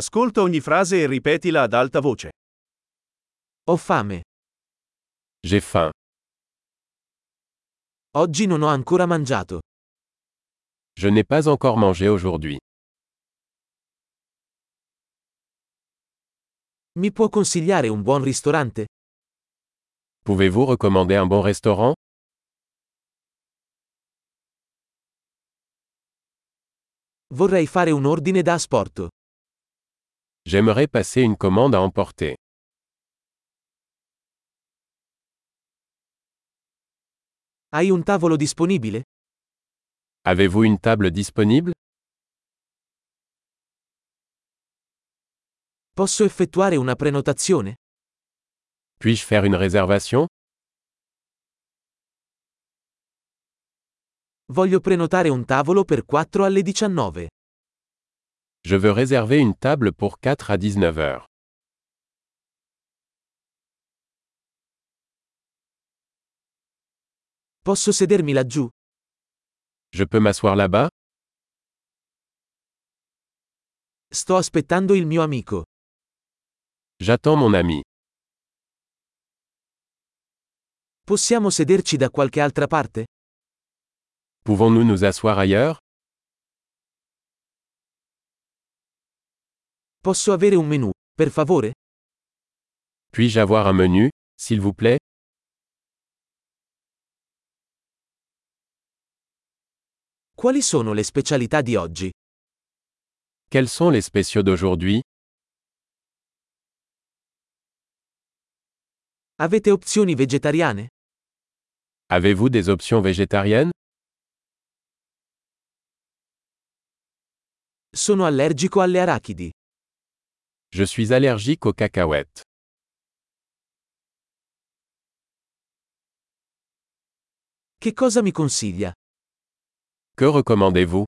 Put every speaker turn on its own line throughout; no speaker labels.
Ascolta ogni frase e ripetila ad alta voce.
Ho fame.
J'ai faim.
Oggi non ho ancora mangiato.
Je n'ai pas encore mangé aujourd'hui.
Mi può consigliare un buon ristorante?
Pouvez-vous recommander un bon restaurant
Vorrei fare un ordine da asporto.
J'aimerais passer une commande à emporter.
Hai un tavolo disponibile?
Avez-vous une table disponible
Posso effettuare una prenotazione?
Puis-je faire une réservation
Voglio prenotare un tavolo per 4 alle 19.
Je veux réserver une table pour 4 à 19 heures.
Posso sedermi laggiù?
Je peux m'asseoir là-bas
Sto aspettando il mio amico.
J'attends mon ami.
Possiamo sederci da qualche altra parte?
Pouvons-nous nous asseoir ailleurs
Posso avere un menù, per favore?
Puis-je avoir un menu, s'il vous plaît
Quali sono le specialità di oggi?
Quels sont les spéciaux d'aujourd'hui
Avete opzioni vegetariane?
Avez-vous des options végétariennes
Sono allergico alle arachidi.
Je suis allergique aux cacahuètes.
Che cosa mi consiglia?
Que recommandez-vous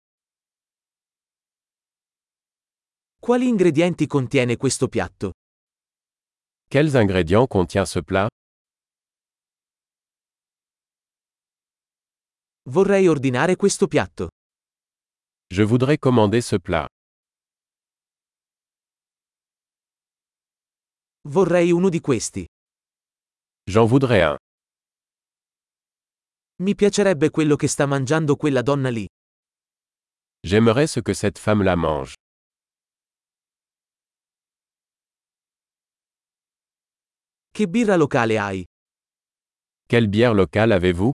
Quali ingredienti contiene questo piatto?
Quels ingrédients contient ce plat
Vorrei ordinare questo piatto.
Je voudrais commander ce plat.
Vorrei uno di questi.
J'en voudrais un.
Mi piacerebbe quello che sta mangiando quella donna lì.
J'aimerais ce que cette femme la mange.
Che birra locale hai?
Quelle bière locale avez-vous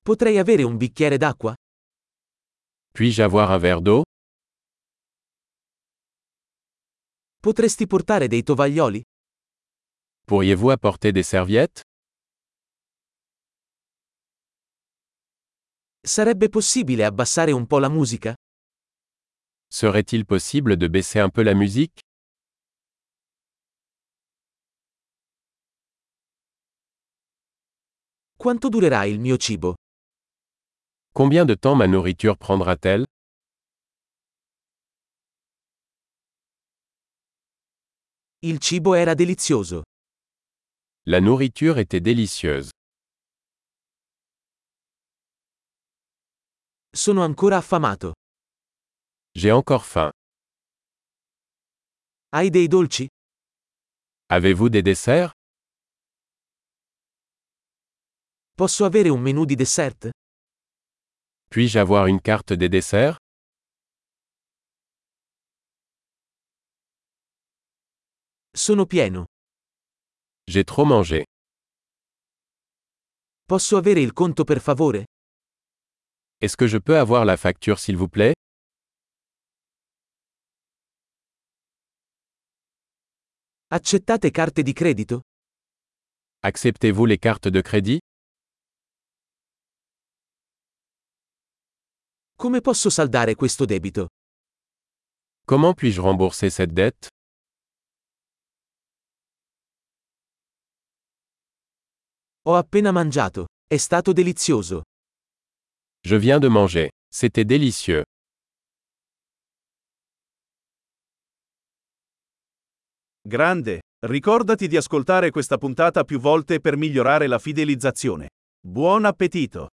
Potrei avere un bicchiere d'acqua?
Puis-je avoir un verre d'eau
Potresti portare dei tovaglioli?
Pourriez-vous apporter des serviettes
Sarebbe possibile abbassare un po' la musica?
Serait-il possible de baisser un peu la musique
Quanto durerà il mio cibo?
Combien de temps ma nourriture prendra-t-elle
Il cibo era delizioso.
La nourriture était délicieuse.
Sono ancora affamato.
J'ai encore faim.
Hai dei dolci?
Avez-vous des desserts
Posso avere un menù di dessert?
Puis-je avoir une carte des desserts
Sono pieno.
J'ai trop mangé.
Posso avere il conto per favore?
Est-ce que je peux avoir la facture s'il vous plaît
Accettate carte di credito?
Acceptez-vous les cartes de crédit
Come posso saldare questo debito?
Comment puis-je rembourser cette dette
Ho appena mangiato. È stato delizioso.
Je viens de manger. C'était délicieux.
Grande, ricordati di ascoltare questa puntata più volte per migliorare la fidelizzazione. Buon appetito!